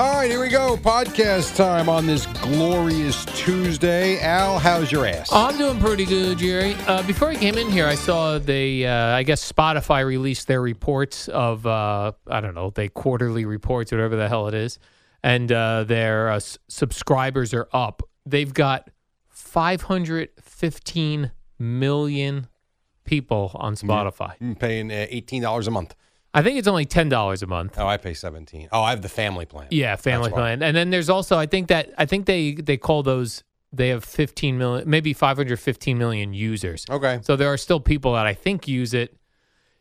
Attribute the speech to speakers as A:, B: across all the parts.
A: All right, here we go. Podcast time on this glorious Tuesday. Al, how's your ass?
B: I'm doing pretty good, Jerry. Uh, before I came in here, I saw they, uh, I guess Spotify released their reports of, uh, I don't know, they quarterly reports, whatever the hell it is, and uh, their uh, s- subscribers are up. They've got 515 million people on Spotify.
C: I'm paying uh, eighteen dollars a month.
B: I think it's only ten dollars a month.
C: Oh, I pay seventeen. Oh, I have the family plan.
B: Yeah, family
C: That's why.
B: plan. And then there's also I think that I think they they call those they have 15 million maybe 515 million users.
C: Okay.
B: So there are still people that I think use it.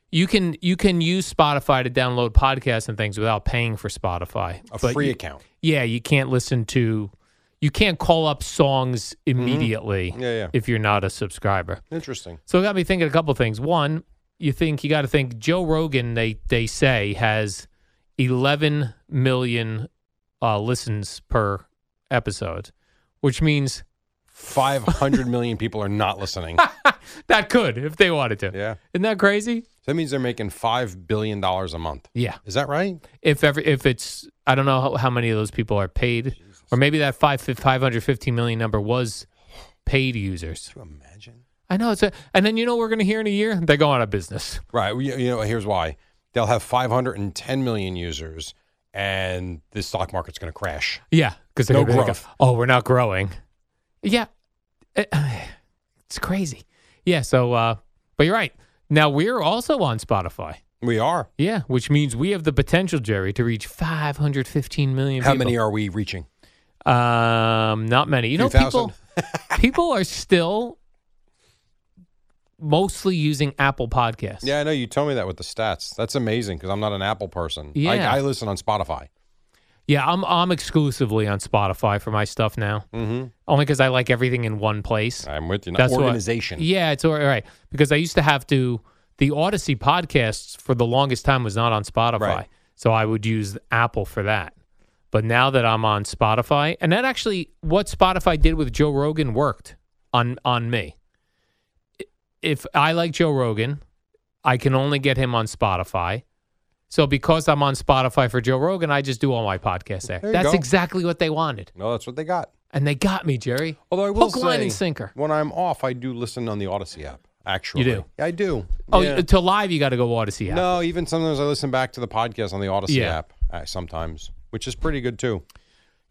B: You can you can use Spotify to download podcasts and things without paying for Spotify.
C: A
B: But
C: free
B: you-
C: account.
B: Yeah, you can't listen to you can't call up songs immediately
C: Mm-hmm. Yeah, yeah.
B: if you're not a subscriber.
C: Interesting.
B: So it got me thinking a couple things. One, you think you got to think Joe Rogan. They they say has 11 million uh, listens per episode, which means
C: Five hundred million people are not listening.
B: that could if they wanted to.
C: Yeah.
B: Isn't that crazy?
C: So that means they're making five billion dollars a month.
B: Yeah.
C: Is that right?
B: If ever if it's I don't know how, how many of those people are paid, or maybe that five 515 million number was paid users.
C: Can you imagine?
B: I know it's a, and then you know what we're gonna hear in a year they're going out of business.
C: Right. well, You, you know, here's why. They'll have five hundred and ten million users, and the stock market's going to crash.
B: Yeah, because
C: No growth.
B: oh, we're not growing. Yeah, It- it's crazy. Yeah, so uh, but you're right. Now we're also on Spotify.
C: We are.
B: Yeah, which means we have the potential, Jerry, to reach 515 million.
C: How
B: people.
C: many are we reaching?
B: Um, not many. You know,
C: 3,000?
B: people people are still mostly using Apple Podcasts.
C: Yeah, I know. You told me that with the stats. That's amazing because I'm not an Apple person.
B: Yeah.
C: I, I listen on Spotify.
B: yeah. I'm I'm exclusively on Spotify for my stuff now,
C: Mm-hmm.
B: only because I like everything in one place.
C: I'm with you.
B: That's what-
C: Organization.
B: Yeah, it's all right because I used to have to the Odyssey podcasts for the longest time was not on Spotify,
C: Right.
B: so I would use Apple for that. But now that I'm on Spotify, and that actually what Spotify did with Joe Rogan worked on on me. I- If I like Joe Rogan, I can only get him on Spotify. So because I'm on Spotify for Joe Rogan, I just do all my podcasts there.
C: There you
B: That's
C: go.
B: exactly what they wanted,
C: No, that's what they got.
B: and they got me, Jerry.
C: Although I will
B: Hook, line,
C: say,
B: and sinker.
C: When I'm off, I do listen on the Odyssey app. Actually,
B: do?
C: I do.
B: Oh,
C: Yeah.
B: to live you got to go Odyssey app.
C: no. Even sometimes I listen back to the podcast on the Odyssey
B: Yeah.
C: app. Uh, sometimes, which is pretty good too.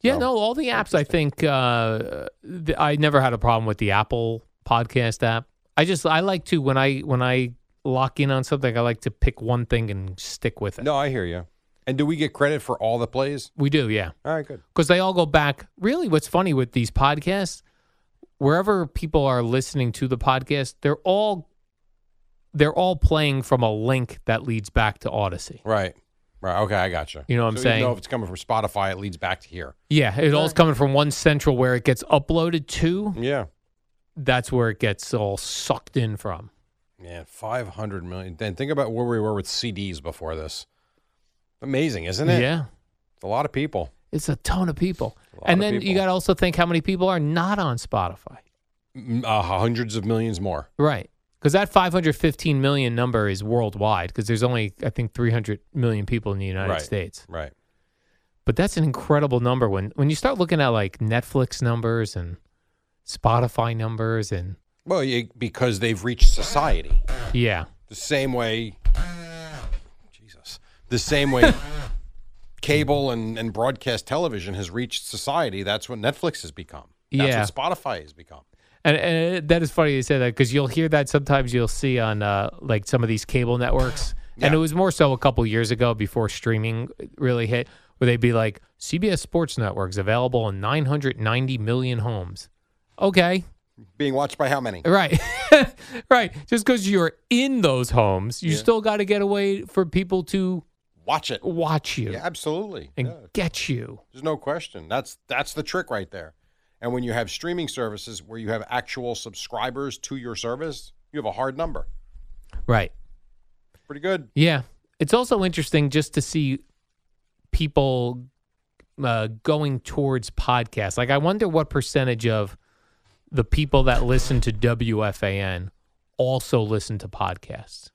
B: Yeah,
C: So-
B: no, all the apps. I think uh, th- I never had a problem with the Apple podcast app. I just I like to when I when I lock in on something, I like to pick one thing and stick with it.
C: No, I hear you. And do we get credit for all the plays?
B: We do, yeah,
C: All right, good.
B: because they all go back. Really, what's funny with these podcasts, wherever people are listening to the podcast, they're all they're all playing from a link that leads back to Odyssey.
C: Right, right. Okay, I got you.
B: You know what I'm
C: so
B: saying?
C: Even though if it's coming from Spotify, it leads back to here.
B: Yeah, it all's coming from one central where it gets uploaded to.
C: Yeah,
B: That's where it gets all sucked in from.
C: man. Five hundred million. Then think about where we were with CDs before this. Amazing, isn't it?
B: Yeah.
C: It's a lot of people.
B: It's a ton of people.
C: A lot
B: And
C: of
B: then you
C: people.
B: got to also think how many people are not on Spotify.
C: Mm, Uh, hundreds of millions more.
B: Right. Because that 515 million number is worldwide because there's only, I think, 300 million people in the United
C: Right.
B: States.
C: Right.
B: But that's an incredible number when, when you start looking at like Netflix numbers and Spotify numbers and
C: Well, you, because they've reached society
B: Yeah.
C: the same way. Jesus, the same way cable and, and broadcast television has reached society. That's what Netflix has become. That's
B: Yeah.
C: what Spotify has become.
B: And, and it- that is funny you say that because you'll hear that sometimes you'll see on uh, like some of these cable networks. And it was more so a couple years ago before streaming really hit, where they'd be like, CBS Sports Network's available in 990 million homes. Okay.
C: Being watched by how many?
B: Right. right. Just because you're in those homes, you still got to get a way for people to
C: Watch it.
B: watch you
C: Yeah, absolutely.
B: and
C: Yeah.
B: get you.
C: There's no question. That's that's the trick right there. And when you have streaming services where you have actual subscribers to your service, you have a hard number.
B: Right.
C: Pretty good.
B: Yeah. It's also interesting just to see people uh, going towards podcasts. Like, I wonder what percentage of the people that listen to WFAN also listen to podcasts.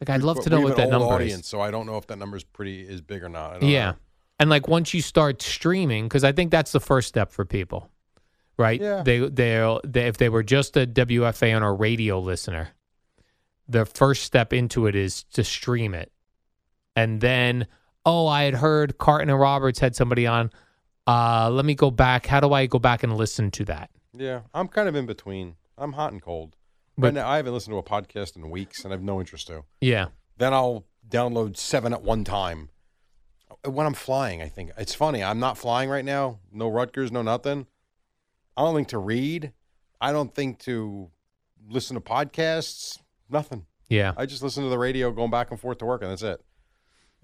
B: Like, I'd love
C: But
B: to know
C: we
B: what
C: have
B: that
C: an old
B: number
C: audience,
B: is.
C: So I don't know if that number is pretty is big or not. I don't
B: Yeah.
C: know.
B: And like once you start streaming, because I think that's the first step for people, right?
C: Yeah.
B: They they'll they, if they were just a WFAN or radio listener, the first step into it is to stream it, and then oh, I had heard Carton and Roberts had somebody on. Uh, let me go back. How do I go back and listen to that?
C: Yeah. I'm kind of in between. I'm hot and cold.
B: But-
C: right now, I haven't listened to a podcast in weeks, and I have no interest to.
B: Yeah.
C: Then I'll download seven at one time. When I'm flying, I think it's funny. I'm not flying right now. No Rutgers, no nothing. I don't think to read. I don't think to listen to podcasts. Nothing.
B: Yeah.
C: I just listen to the radio going back and forth to work, and that's it.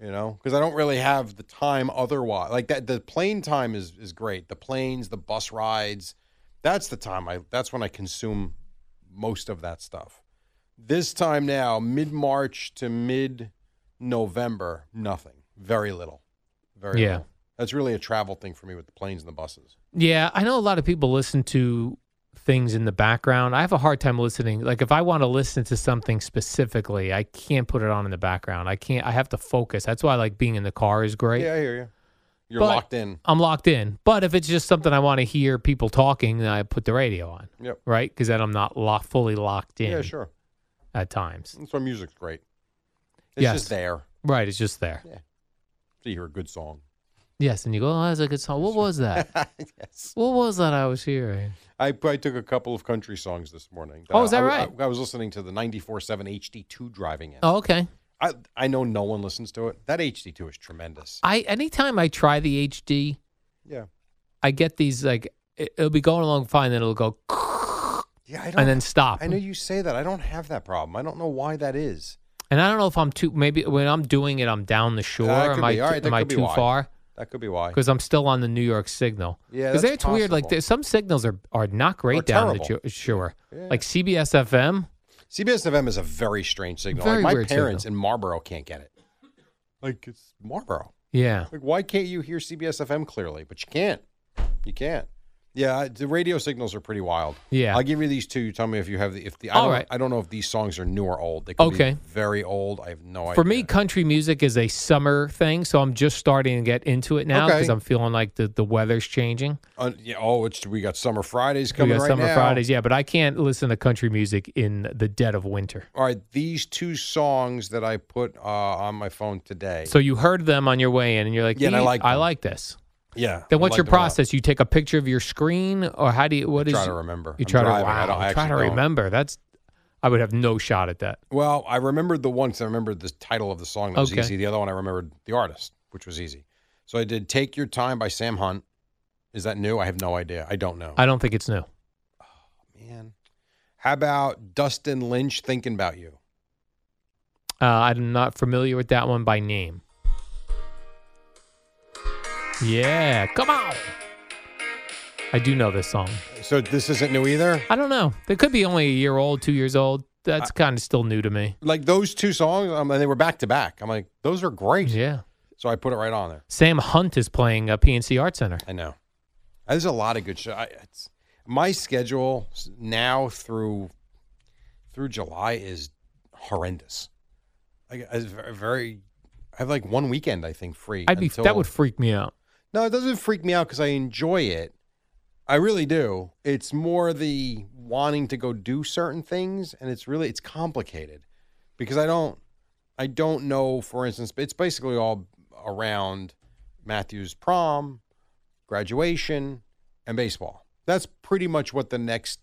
C: You know, because I don't really have the time otherwise. Like that, the plane time is is great. The planes, the bus rides, that's the time I. That's when I consume most of that stuff. This time now, mid March to mid November, nothing, very little, very
B: Yeah.
C: little. That's really a travel thing for me with the planes and the buses.
B: Yeah, I know a lot of people listen to things in the background. I have a hard time listening. Like if I want to listen to something specifically, I can't put it on in the background. I can't I have to focus. That's why I like being in the car is great.
C: Yeah, I hear you. You're
B: But-
C: locked in.
B: I'm locked in. But if it's just something I want to hear people talking, then I put the radio on,
C: Yep.
B: right? Cuz then I'm not lo- fully locked in
C: Yeah, sure.
B: at times.
C: That's why music's great. It's
B: Yes.
C: just there.
B: Right, it's just there.
C: So you hear a good song.
B: Yes, and you go, "Oh, that's a good song. What was that?
C: yes.
B: what was that I was hearing?"
C: I, I took a couple of country songs this morning.
B: Oh, is that
C: I- I-
B: right?
C: I, was listening to the 94.7 HD2 driving in.
B: Oh, okay.
C: I, I know no one listens to it. That HD2 is tremendous.
B: I anytime I try the HD,
C: Yeah.
B: I get these like it, will be going along fine, then it'll go
C: Yeah, I don't.
B: and then stop.
C: Ah, I know you say that. I don't have that problem. I don't know why that is.
B: And I don't know if I'm too maybe when I'm doing it, I'm down the shore.
C: That
B: am
C: could
B: I
C: be.
B: too-
C: All right, that
B: am I
C: could be
B: too
C: why.
B: far?
C: That could be why.
B: Because I'm still on the New York signal.
C: Yeah,
B: because
C: that's
B: it's weird. Like
C: possible.
B: there's some signals are are not great down the
C: terrible.
B: jo- shore.
C: Yeah.
B: Like CBS FM.
C: CBS FM is a very strange signal.
B: Very
C: like my
B: weird
C: parents
B: signal.
C: in Marlboro can't get it. Like it's Marlboro.
B: Yeah,
C: Like, why can't you hear CBS FM clearly? But you can't. You can't. Yeah, I- the radio signals are pretty wild.
B: Yeah.
C: I'll give you these two. You tell me if you have the if the. I
B: All
C: don't,
B: right.
C: I don't know if these songs are new or old. They could be
B: Okay.
C: very old. I have no idea.
B: for me, country music is a summer thing, so I'm just starting to get into it now
C: Okay.
B: because I'm feeling like the the weather's changing.
C: Uh, yeah, oh, it's we got summer Fridays
B: We
C: coming
B: got
C: right
B: summer
C: now.
B: Fridays, yeah, but I can't listen to country music in the dead of winter.
C: All right, these two songs that I put uh, on my phone today.
B: So you heard them on your way in, and you're like,
C: Yeah, and I
B: "These-
C: like
B: I
C: them."
B: like this."
C: yeah.
B: Then
C: I
B: what's
C: like
B: your
C: them a lot.
B: process? You take a picture of your screen, or how do you? What is?
C: try to remember.
B: You
C: I'm
B: try to
C: driving. I
B: wow,
C: don't-
B: try
C: I
B: to
C: actually don't.
B: remember. That's. I would have no shot at that.
C: Well, I remembered the one 'cause I remembered the title of the song that was
B: Okay.
C: easy. The other one I remembered the artist, which was easy. So I did "Take Your Time" by Sam Hunt. Is that new? I have no idea. I don't know.
B: I don't think it's new.
C: Man, how about Dustin Lynch "Thinking About You"?
B: Uh, I'm not familiar with that one by name. Yeah, come on. I do know this song.
C: So this isn't new either.
B: I don't know. They could be only a year old, two years old. That's kind of still new to me.
C: Like those two songs, um, and they were back to back. I'm like, those are great.
B: Yeah.
C: So I put it right on there.
B: Sam Hunt is playing a PNC Art Center.
C: I know. There's a lot of good show. I, it's, my schedule s- now through through July is horrendous. Like I very, I have like one weekend I think free.
B: I'd be
C: until-
B: that would freak me out.
C: no, it doesn't freak me out because I enjoy it. I really do. It's more the wanting to go do certain things and it's really it's complicated because I don't I don't know for instance it's basically all around Matthew's prom, graduation and baseball. That's pretty much what the next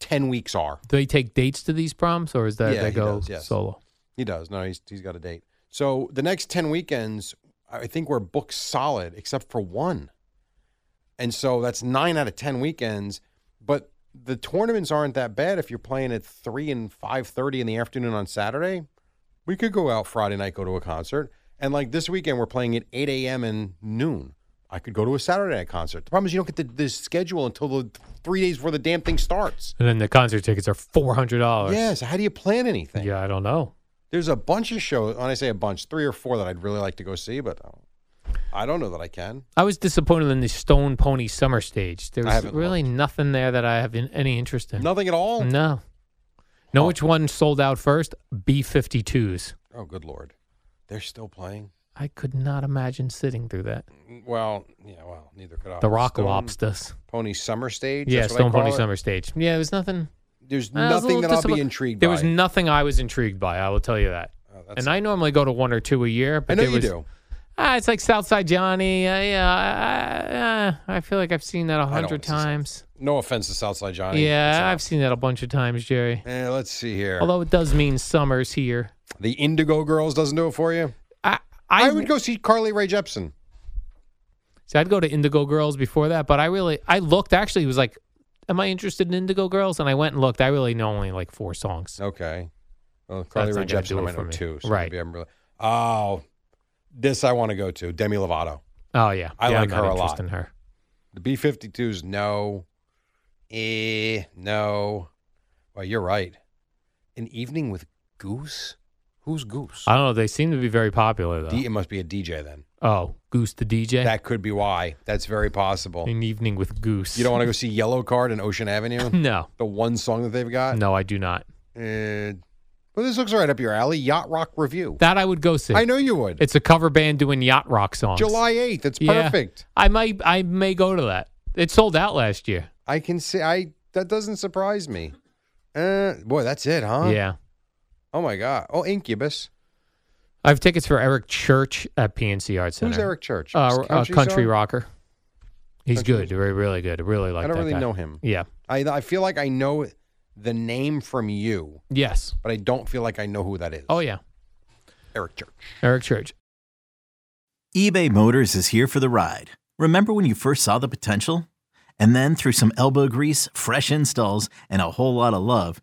C: 10 weeks are.
B: Do they take dates to these proms, or is that
C: Yeah,
B: they
C: he
B: go
C: does, yes.
B: solo?
C: He does. No, he's he's got a date. So the next ten weekends, I think we're booked solid except for one, and so that's nine out of ten weekends. But the tournaments aren't that bad if you're playing at three and five thirty in the afternoon on Saturday. We could go out Friday night, go to a concert, and like this weekend we're playing at eight a.m. and noon. I could go to a Saturday night concert. The problem is you don't get the, the schedule until the three days before the damn thing starts.
B: And then the concert tickets are four hundred dollars.
C: Yes, how do you plan anything?
B: Yeah, I don't know.
C: There's a bunch of shows. When I say a bunch, three or four that I'd really like to go see, but I don't- I don't know that I can.
B: I was disappointed in the Stone Pony Summer Stage. There
C: I
B: was
C: haven't
B: really nothing there that I have in, any interest in.
C: Nothing at all.
B: No. Know which one sold out first? B 52s.
C: Oh, good lord, they're still playing.
B: I could not imagine sitting through that.
C: Well, yeah, well, neither could I.
B: the Rock
C: Oh, Stone
B: Lobsters.
C: Pony Summer Stage.
B: Yeah,
C: that's what I
B: Stone
C: call
B: Pony
C: it.
B: Summer Stage. Yeah, there was nothing.
C: There's
B: I was a
C: nothing
B: little
C: that I'll
B: disappoint-
C: be intrigued
B: There
C: by.
B: was nothing I was intrigued by. I will tell you that.
C: Oh, that's-
B: and I normally go to one or two a year. But
C: I know
B: there
C: you
B: was,
C: do.
B: Ah, it's like Southside Johnny. Uh, yeah, I, I, I feel like I've seen that a
C: wanna
B: hundred
C: see Southside
B: times.
C: No offense to Southside Johnny. It's
B: Yeah,
C: not-
B: I've seen that a bunch of times, Jerry.
C: Eh, let's see here.
B: Although it does mean summer's here.
C: the Indigo Girls doesn't do it for you.
B: I,
C: I,
B: I,
C: would go see Carly Rae Jepsen.
B: See, I'd go to Indigo Girls before that, but I really I looked actually it was like, am I interested in Indigo Girls? And I went and looked. I really know only like four songs.
C: Okay. Well, Carly
B: not
C: Rae
B: gonna do
C: Jepsen, I
B: it
C: might
B: for
C: know
B: me.
C: too. So
B: Right.
C: maybe I'm really. Oh, this I want to go to. Demi Lovato.
B: Oh yeah,
C: I
B: yeah, I'm
C: like
B: not
C: her a
B: interested
C: lot.
B: In her,
C: The B 52s, no. Eh, no. Well, you're right. An evening with Goose? Who's Goose?
B: I don't know. They seem to be very popular though.
C: D- it must be a DJ then.
B: oh, Goose the DJ.
C: That could be why. That's very possible.
B: An evening with Goose.
C: You don't want to go see Yellow Card and Ocean Avenue?
B: No,
C: the one song that they've got?
B: no, I do not.
C: Eh, well, this looks right up your alley. Yacht Rock Review.
B: That I would go see.
C: I know you would.
B: It's a cover band doing yacht rock songs.
C: July 8th. It's
B: Yeah.
C: perfect.
B: I might. I may go to that. It sold out last year.
C: I can see. I That doesn't surprise me. Uh, boy, that's it, huh?
B: Yeah.
C: Oh, my God. Oh, Incubus.
B: I have tickets for Eric Church at PNC Arts Center.
C: Who's Eric Church?
B: Uh, a country
C: song?
B: rocker. He's
C: Country
B: good. Very, really good. I really like
C: I don't
B: that
C: really
B: guy.
C: know him.
B: Yeah.
C: I I feel like I know the name from you,
B: Yes.
C: but I don't feel like I know who that is.
B: Oh yeah.
C: Eric Church.
B: Eric Church.
D: eBay Motors is here for the ride. Remember when you first saw the potential? And then through some elbow grease, fresh installs, and a whole lot of love,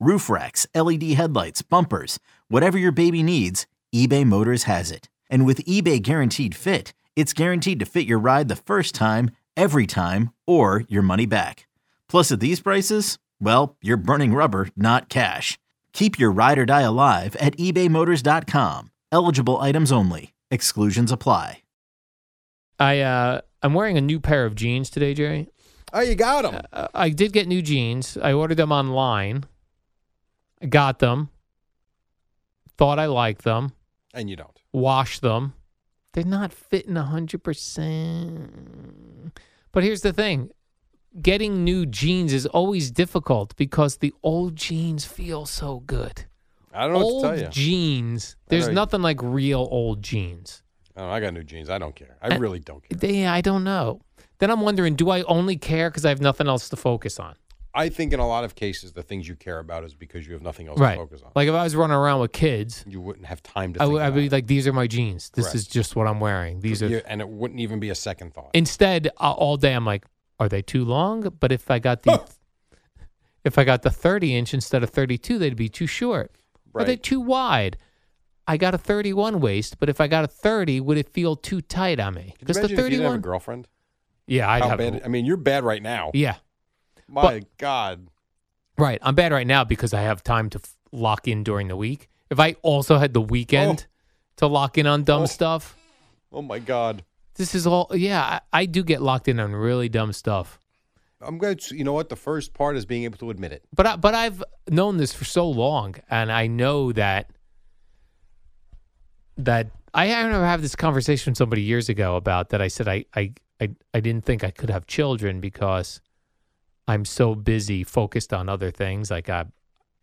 D: roof racks, LED headlights, bumpers, whatever your baby needs, eBay Motors has it. And with eBay Guaranteed Fit, it's guaranteed to fit your ride the first time, every time, or your money back. Plus, at these prices, well, you're burning rubber, not cash. Keep your ride or die alive at ebaymotors.com. Eligible items only. Exclusions apply.
B: I uh, I'm wearing a new pair of jeans today, Jerry.
C: Oh, you got him.
B: Uh, I did get new jeans. I ordered them online. I got them. Thought I liked them.
C: and you don't.
B: Washed them. They're not fitting hundred percent. But here's the thing. Getting new jeans is always difficult because the old jeans feel so good.
C: I don't know
B: old
C: what to tell you.
B: jeans.
C: I
B: There's
C: know you-
B: nothing like real old jeans.
C: Oh, I got new jeans. I don't care. I
B: Uh,
C: really don't care.
B: They, I don't know. Then I'm wondering, do I only care because I have nothing else to focus on?
C: I think in a lot of cases, the things you care about is because you have nothing else to focus on.
B: Like if I was running around with kids,
C: you wouldn't have time to.
B: I
C: think
B: would I'd
C: about
B: be
C: it.
B: like, these are my jeans. This is
C: Correct.
B: just what I'm wearing. These are.
C: You- and it wouldn't even be a second thought.
B: Instead, uh, all day I'm like, are they too long? But if I got the, if I got the 30 inch instead of 32, they'd be too short. Are they
C: Right.
B: too wide? I got a 31 waist, but if I got a 30, would it feel too tight on me?
C: Could you
B: Because the
C: imagine if you didn't have a
B: 31.
C: girlfriend?
B: Yeah, I'd
C: How
B: have.
C: bad? I mean, you're bad right now.
B: Yeah.
C: My God.
B: Right. I'm bad right now because I have time to f- lock in during the week. If I also had the weekend to lock in on dumb
C: Oh.
B: stuff,
C: Oh my God.
B: this is all. Yeah, I, I do get locked in on really dumb stuff.
C: I'm going to, you know what? The first part is being able to admit it.
B: But I, but I've known this for so long, and I know that that I, I remember having this conversation with somebody years ago about that. I said I I I, I didn't think I could have children because I'm so busy focused on other things. Like I,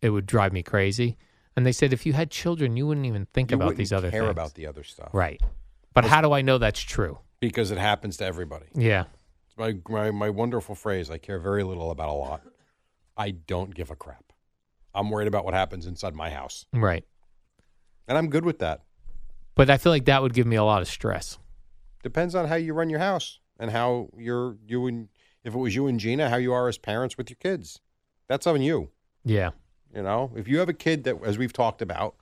B: it would drive me crazy. And they said if you had children, you wouldn't even think
C: you
B: about
C: wouldn't
B: these other
C: care
B: things.
C: about the other stuff.
B: right. But how do I know that's true?
C: Because it happens to everybody.
B: Yeah.
C: It's my, my, my wonderful phrase I care very little about a lot. I don't give a crap. I'm worried about what happens inside my house.
B: Right.
C: And I'm good with that.
B: But I feel like that would give me a lot of stress.
C: Depends on how you run your house and how you're, you and, if it was you and Gina, how you are as parents with your kids. That's on you.
B: Yeah.
C: You know, if you have a kid that, as we've talked about,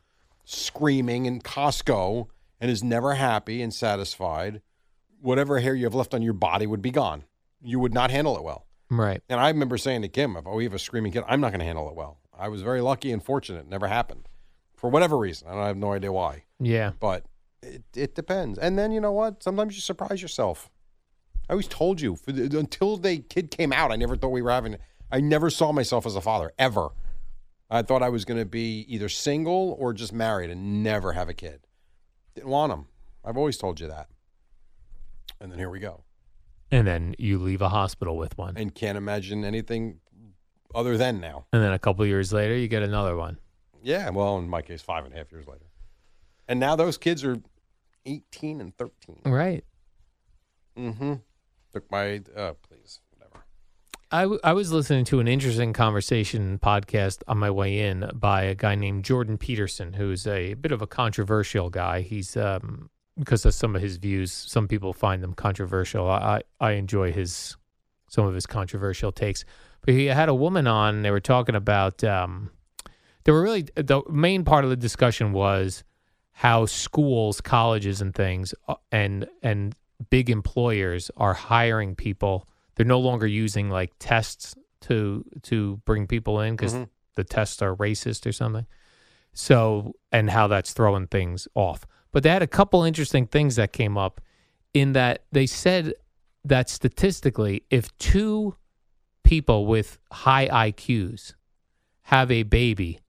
C: screaming in Costco and is never happy and satisfied, whatever hair you have left on your body would be gone. You would not handle it well.
B: Right.
C: And I remember saying to Kim, if we have a screaming kid, I'm not going to handle it well. I was very lucky and fortunate. It never happened for whatever reason. And I have no idea why,
B: Yeah.
C: but it, it depends. And then, you know what? Sometimes you surprise yourself. I always told you for the, until the kid came out, I never thought we were having, I never saw myself as a father ever. I thought I was going to be either single or just married and never have a kid. Didn't want them. I've always told you that. And then here we go.
B: And then you leave a hospital with one.
C: And can't imagine anything other than now.
B: And then a couple years later, you get another one.
C: Yeah, well, in my case, five and a half years later. And now those kids are 18 and 13.
B: Right.
C: Mm-hmm. Took my, uh, please, whatever.
B: I, w- I was listening to an interesting conversation podcast on my way in by a guy named Jordan Peterson, who's a bit of a controversial guy. He's, um, because of some of his views, some people find them controversial. I, I I enjoy his, some of his controversial takes. But he had a woman on, and they were talking about, um, there were really the main part of the discussion was how schools, colleges, and things, uh, and and big employers are hiring people. They're no longer using like tests to to bring people in because the tests are racist or something. So and how that's throwing things off. But they had a couple interesting things that came up in that they said that statistically, if two people with high IQs have a baby,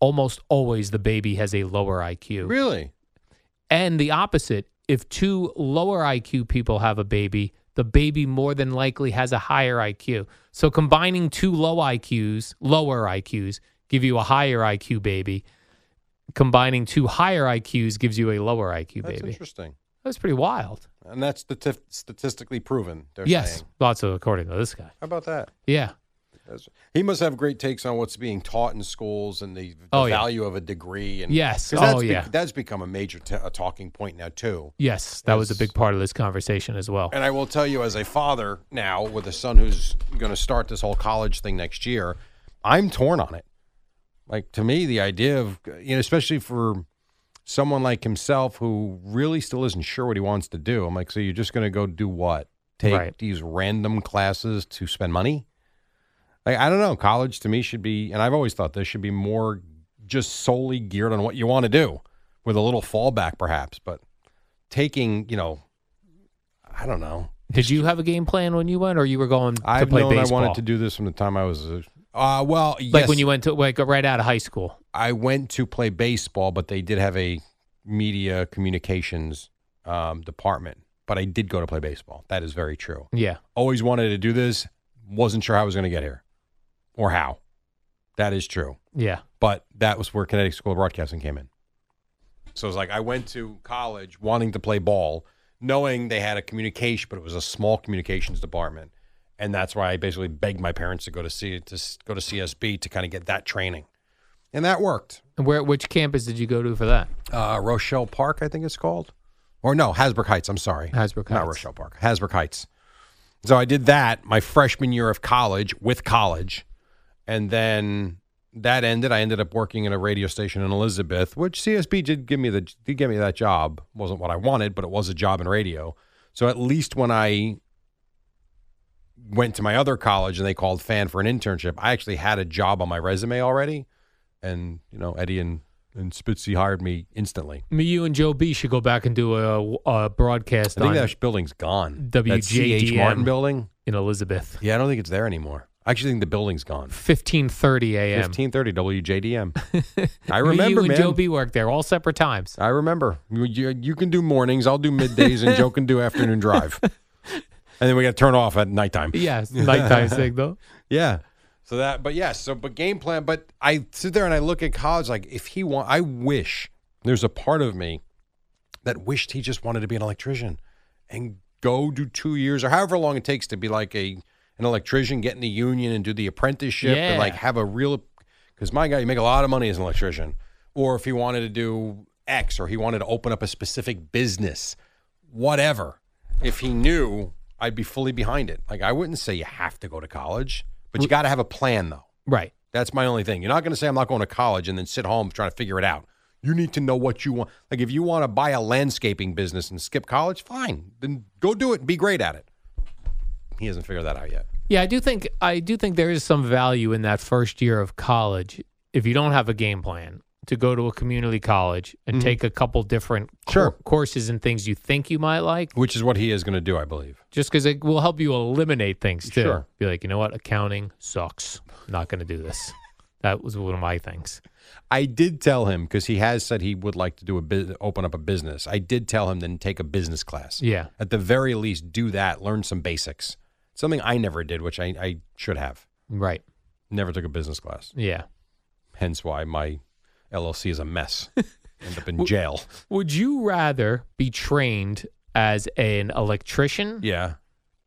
B: almost always the baby has a lower IQ.
C: Really?
B: And the opposite, if two lower IQ people have a baby, the baby more than likely has a higher IQ. So combining two low IQs, lower IQs, give you a higher IQ baby. Combining two higher IQs gives you a lower IQ
C: That's
B: baby.
C: interesting.
B: That's pretty wild.
C: And that's stati- statistically proven. They're
B: yes,
C: saying.
B: lots of according to this guy.
C: How about that?
B: Yeah,
C: That's- he must have great takes on what's being taught in schools and the, the
B: Oh, yeah.
C: value of a degree. And
B: Yes.
C: 'cause that's
B: Oh, yeah.
C: that's become a major t- a talking point now too.
B: yes, that was a
C: Yes.
B: big part of this conversation as well.
C: And I will tell you, as a father now with a son who's going to start this whole college thing next year, I'm torn on it. Like to me, the idea of you know, especially for someone like himself who really still isn't sure what he wants to do. I'm like, so you're just going to go do what? Take
B: Right.
C: these random classes to spend money? Like I don't know. College to me should be, and I've always thought this should be more just solely geared on what you want to do, with a little fallback perhaps. But taking, you know, I don't know.
B: Did you have a game plan when you went, or you were going to
C: I've
B: play
C: known
B: baseball?
C: I wanted to do this from the time I was. a- Uh, well,
B: like
C: yes,
B: when you went to like right out of high school.
C: I went to play baseball, but they did have a media communications um, department. But I did go to play baseball. That is very true.
B: Yeah,
C: Always wanted to do this. Wasn't sure how I was going to get here, or how. That is true.
B: yeah,
C: But that was where Connecticut School of Broadcasting came in. So it's like I went to college wanting to play ball, knowing they had a communication, but it was a small communications department, and that's why I basically begged my parents to go to C to s- go to CSB to kind of get that training, and that worked.
B: And where which campus did you go to for that?
C: Uh, Rochelle Park, I think it's called, or no, Hasbrook Heights. I'm sorry,
B: Hasbrook
C: not
B: Heights.
C: Rochelle Park, Hasbrook Heights. So I did that my freshman year of college with college, and then that ended. I ended up working at a radio station in Elizabeth, which CSB did give me the did give me that job. wasn't what I wanted, but it was a job in radio. So at least when I went to my other college and they called fan for an internship, I actually had a job on my resume already, and you know Eddie and and Spitzy hired me instantly.
B: Me, you, and Joe B should go back and do a, a broadcast
C: I think
B: on-
C: that building's gone. That CH
B: WJDM.
C: Martin building.
B: in Elizabeth.
C: Yeah, I don't think it's there anymore. I actually think the building's gone.
B: 15:30 a.m.
C: Fifteen thirty WJDM. I
B: Me,
C: remember,
B: you and
C: man.
B: Joe B worked there all separate times.
C: I remember. You, you- you can do mornings. I'll do middays, and Joe can do afternoon drive. And then we got to turn off at nighttime.
B: Yes, nighttime signal.
C: Yeah. So that, but yes. So, but game plan. But I sit there and I look at college. Like, if he want, I wish there's a part of me that wished he just wanted to be an electrician and go do two years or however long it takes to be like a an electrician, get in the union and do the apprenticeship and like
B: Yeah.
C: have a real. Because my guy, you make a lot of money as an electrician. Or if he wanted to do X, or he wanted to open up a specific business, whatever. If he knew, I'd be fully behind it. Like I wouldn't say you have to go to college, but you got to have a plan though.
B: Right.
C: That's my only thing. You're not going to say I'm not going to college and then sit home trying to figure it out. You need to know what you want. Like if you want to buy a landscaping business and skip college, fine. Then go do it and be great at it. He hasn't figured that out yet.
B: Yeah, I do think I do think there is some value in that first year of college if you don't have a game plan to go to a community college and take a couple different cour-
C: Mm-hmm. Sure.
B: courses and things you think you might like,
C: Which is what he is going to do, I believe.
B: just because it will help you eliminate things too.
C: Sure.
B: Be like, you know what, accounting sucks. Not going to do this. that was one of my things.
C: I did tell him because he has said he would like to do a bus open up a business. I did tell him then take a business class.
B: Yeah.
C: At the very least, do that. Learn some basics. Something I never did, which I, I should have.
B: Right.
C: Never took a business class.
B: Yeah.
C: Hence why my LLC is a mess. End up in jail.
B: Would you rather be trained as an electrician,
C: Yeah.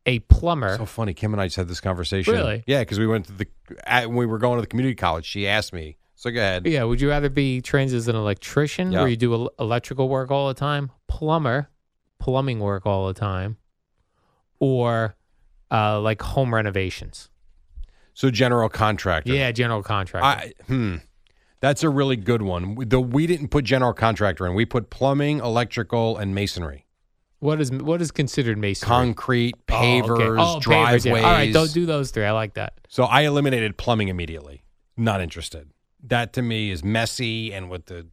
B: a plumber?
C: So funny. Kim and I just had this conversation.
B: Really?
C: Yeah, because we went to the at, when we were going to the community college. She asked me. So go ahead.
B: yeah, would you rather be trained as an electrician
C: Yeah.
B: where you do el- electrical work all the time, plumber, plumbing work all the time, or uh, like home renovations?
C: So general contractor.
B: Yeah, general contractor.
C: I hmm. That's a really good one. The we didn't put general contractor in. We put plumbing, electrical, and masonry,
B: what is what is considered masonry?
C: concrete,
B: Oh, okay.
C: pavers,
B: Oh,
C: driveways.
B: pavers, yeah. All right, don't do those three. I like that.
C: So I eliminated plumbing immediately. Not interested. That to me is messy and with the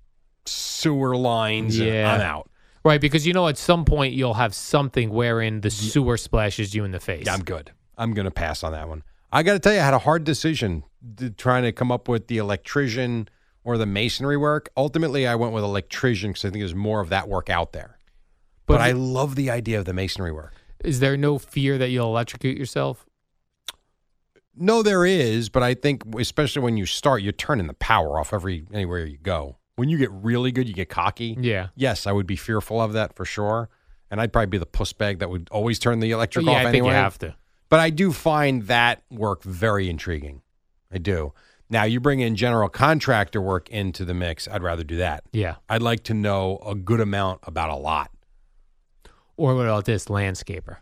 C: sewer lines. and
B: Yeah.
C: I'm out.
B: Right, because you know at some point you'll have something wherein the sewer splashes you in the face.
C: Yeah, I'm good. I'm going to pass on that one. I got to tell you, I had a hard decision d trying to come up with the electrician or the masonry work. Ultimately, I went with electrician because I think there's more of that work out there. But,
B: but
C: I love the idea of the masonry work.
B: is there no fear that you'll electrocute yourself?
C: No, there is, but I think especially when you start, you're turning the power off every anywhere you go. When you get really good, you get cocky.
B: Yeah.
C: Yes, I would be fearful of that for sure, and I'd probably be the puss bag that would always turn the electric
B: Oh, yeah,
C: off
B: I think
C: anyway.
B: you have to.
C: But I do find that work very intriguing. I do. Now you bring in general contractor work into the mix. I'd rather do that.
B: Yeah.
C: I'd like to know a good amount about a lot.
B: Or what about this landscaper?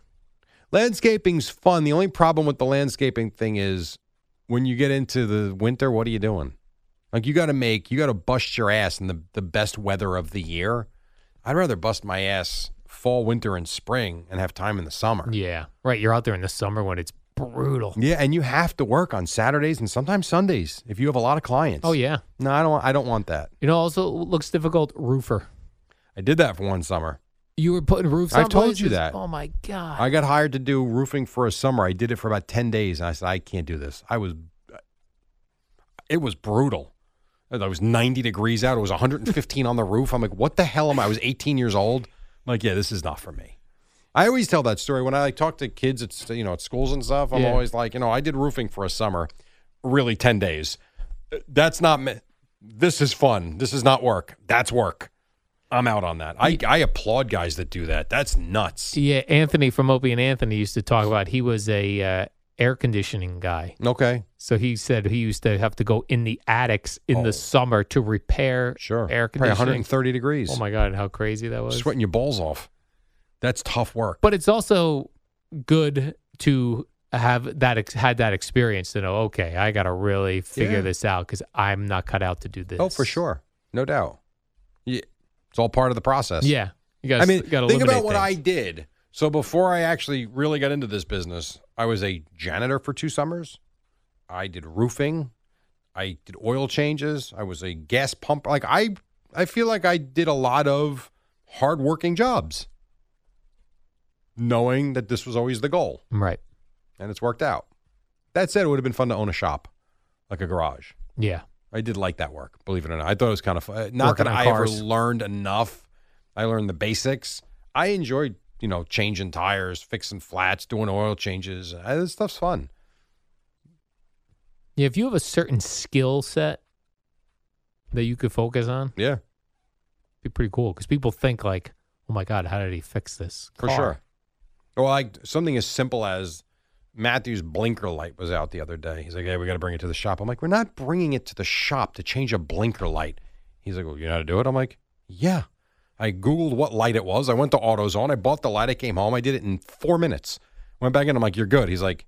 C: Landscaping's fun. The only problem with the landscaping thing is when you get into the winter, what are you doing? Like you got to make, you got to bust your ass in the, the best weather of the year. I'd rather bust my ass fall, winter, and spring and have time in the summer.
B: Yeah. Right. You're out there in the summer when it's brutal.
C: Yeah, and you have to work on Saturdays and sometimes Sundays if you have a lot of clients.
B: Oh yeah.
C: No, I don't. I don't want that.
B: You know, also looks difficult. Roofer.
C: I did that for one summer.
B: You were putting roofs.
C: I've
B: on
C: told you
B: places?
C: that.
B: Oh my god.
C: I got hired to do roofing for a summer. I did it for about ten days, and I said I can't do this. I was. It was brutal. I was ninety degrees out. It was one hundred and fifteen on the roof. I'm like, what the hell am I? I was eighteen years old. I'm like, yeah, this is not for me. I always tell that story when I like talk to kids at you know at schools and stuff. I'm
B: Yeah.
C: always like, you know, I did roofing for a summer, really ten days. That's not. me- This is fun. This is not work. That's work. I'm out on that. I, I applaud guys that do that. That's nuts.
B: yeah, Anthony from Opie and Anthony used to talk about. He was a uh, air conditioning guy,
C: Okay.
B: so he said he used to have to go in the attics in
C: Oh.
B: the summer to repair
C: Sure.
B: air
C: Probably
B: conditioning.
C: 130 degrees.
B: Oh my god, how crazy that was!
C: Sweating your balls off. That's tough work.
B: But it's also good to have that ex- had that experience to know. Okay, I got to really figure
C: Yeah.
B: this out because I'm not cut out to do this.
C: oh, for sure. No doubt. Yeah. It's all part of the process.
B: Yeah, you got.
C: I mean,
B: got
C: think about what I did So before I actually really got into this business, I was a janitor for two summers. I did roofing. I did oil changes. I was a gas pump. Like I, I feel like I did a lot of hardworking jobs, knowing that this was always the goal,
B: Mm, Right.
C: and it's worked out. That said, it would have been fun to own a shop, like a garage.
B: Yeah.
C: I did like that work, believe it or not. I thought it was kind of fun. Not
B: Working
C: that
B: on
C: I
B: cars.
C: ever learned enough. I learned the basics. I enjoyed, you know, changing tires, fixing flats, doing oil changes. Uh, This stuff's fun.
B: Yeah. If you have a certain skill set that you could focus on, it'd
C: Yeah,
B: be pretty cool because people think like, "Oh my God, how did he fix this?"
C: for
B: car?"
C: sure. Or like something as simple as Matthew's blinker light was out the other day. He's like, "Hey, we got to bring it to the shop." I'm like, "We're not bringing it to the shop to change a blinker light." He's like, "Well, you know how to do it?" I'm like, "Yeah." I googled what light it was. I went to AutoZone. I bought the light. I came home. I did it in four minutes. Went back in. I'm like, "You're good." He's like,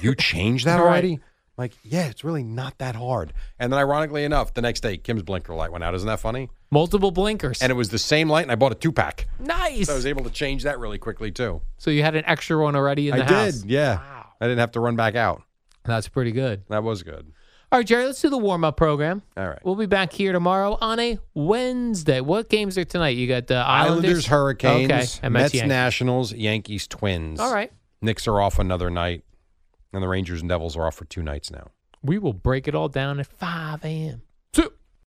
C: "You changed that
B: Right.
C: already?" I'm like, "Yeah, it's really not that hard." And then, ironically enough, the next day Kim's blinker light went out. Isn't that funny?
B: Multiple blinkers.
C: And it was the same light, and I bought a two pack.
B: nice.
C: So I was able to change that really quickly too.
B: so you had an extra one already in
C: I
B: the house.
C: did, yeah.
B: Wow.
C: I didn't have to run back out.
B: That's pretty good.
C: That was good.
B: All right, Jerry, let's do the warm up program.
C: All right.
B: We'll be back here tomorrow on a Wednesday. What games are tonight? You got the Islanders,
C: Islanders, Hurricanes,
B: Okay, and
C: Mets,
B: Mets, Yankees.
C: Nationals, Yankees, Twins.
B: All right.
C: Knicks are off another night, and the Rangers and Devils are off for two nights now.
B: We will break it all down at 5 a.m.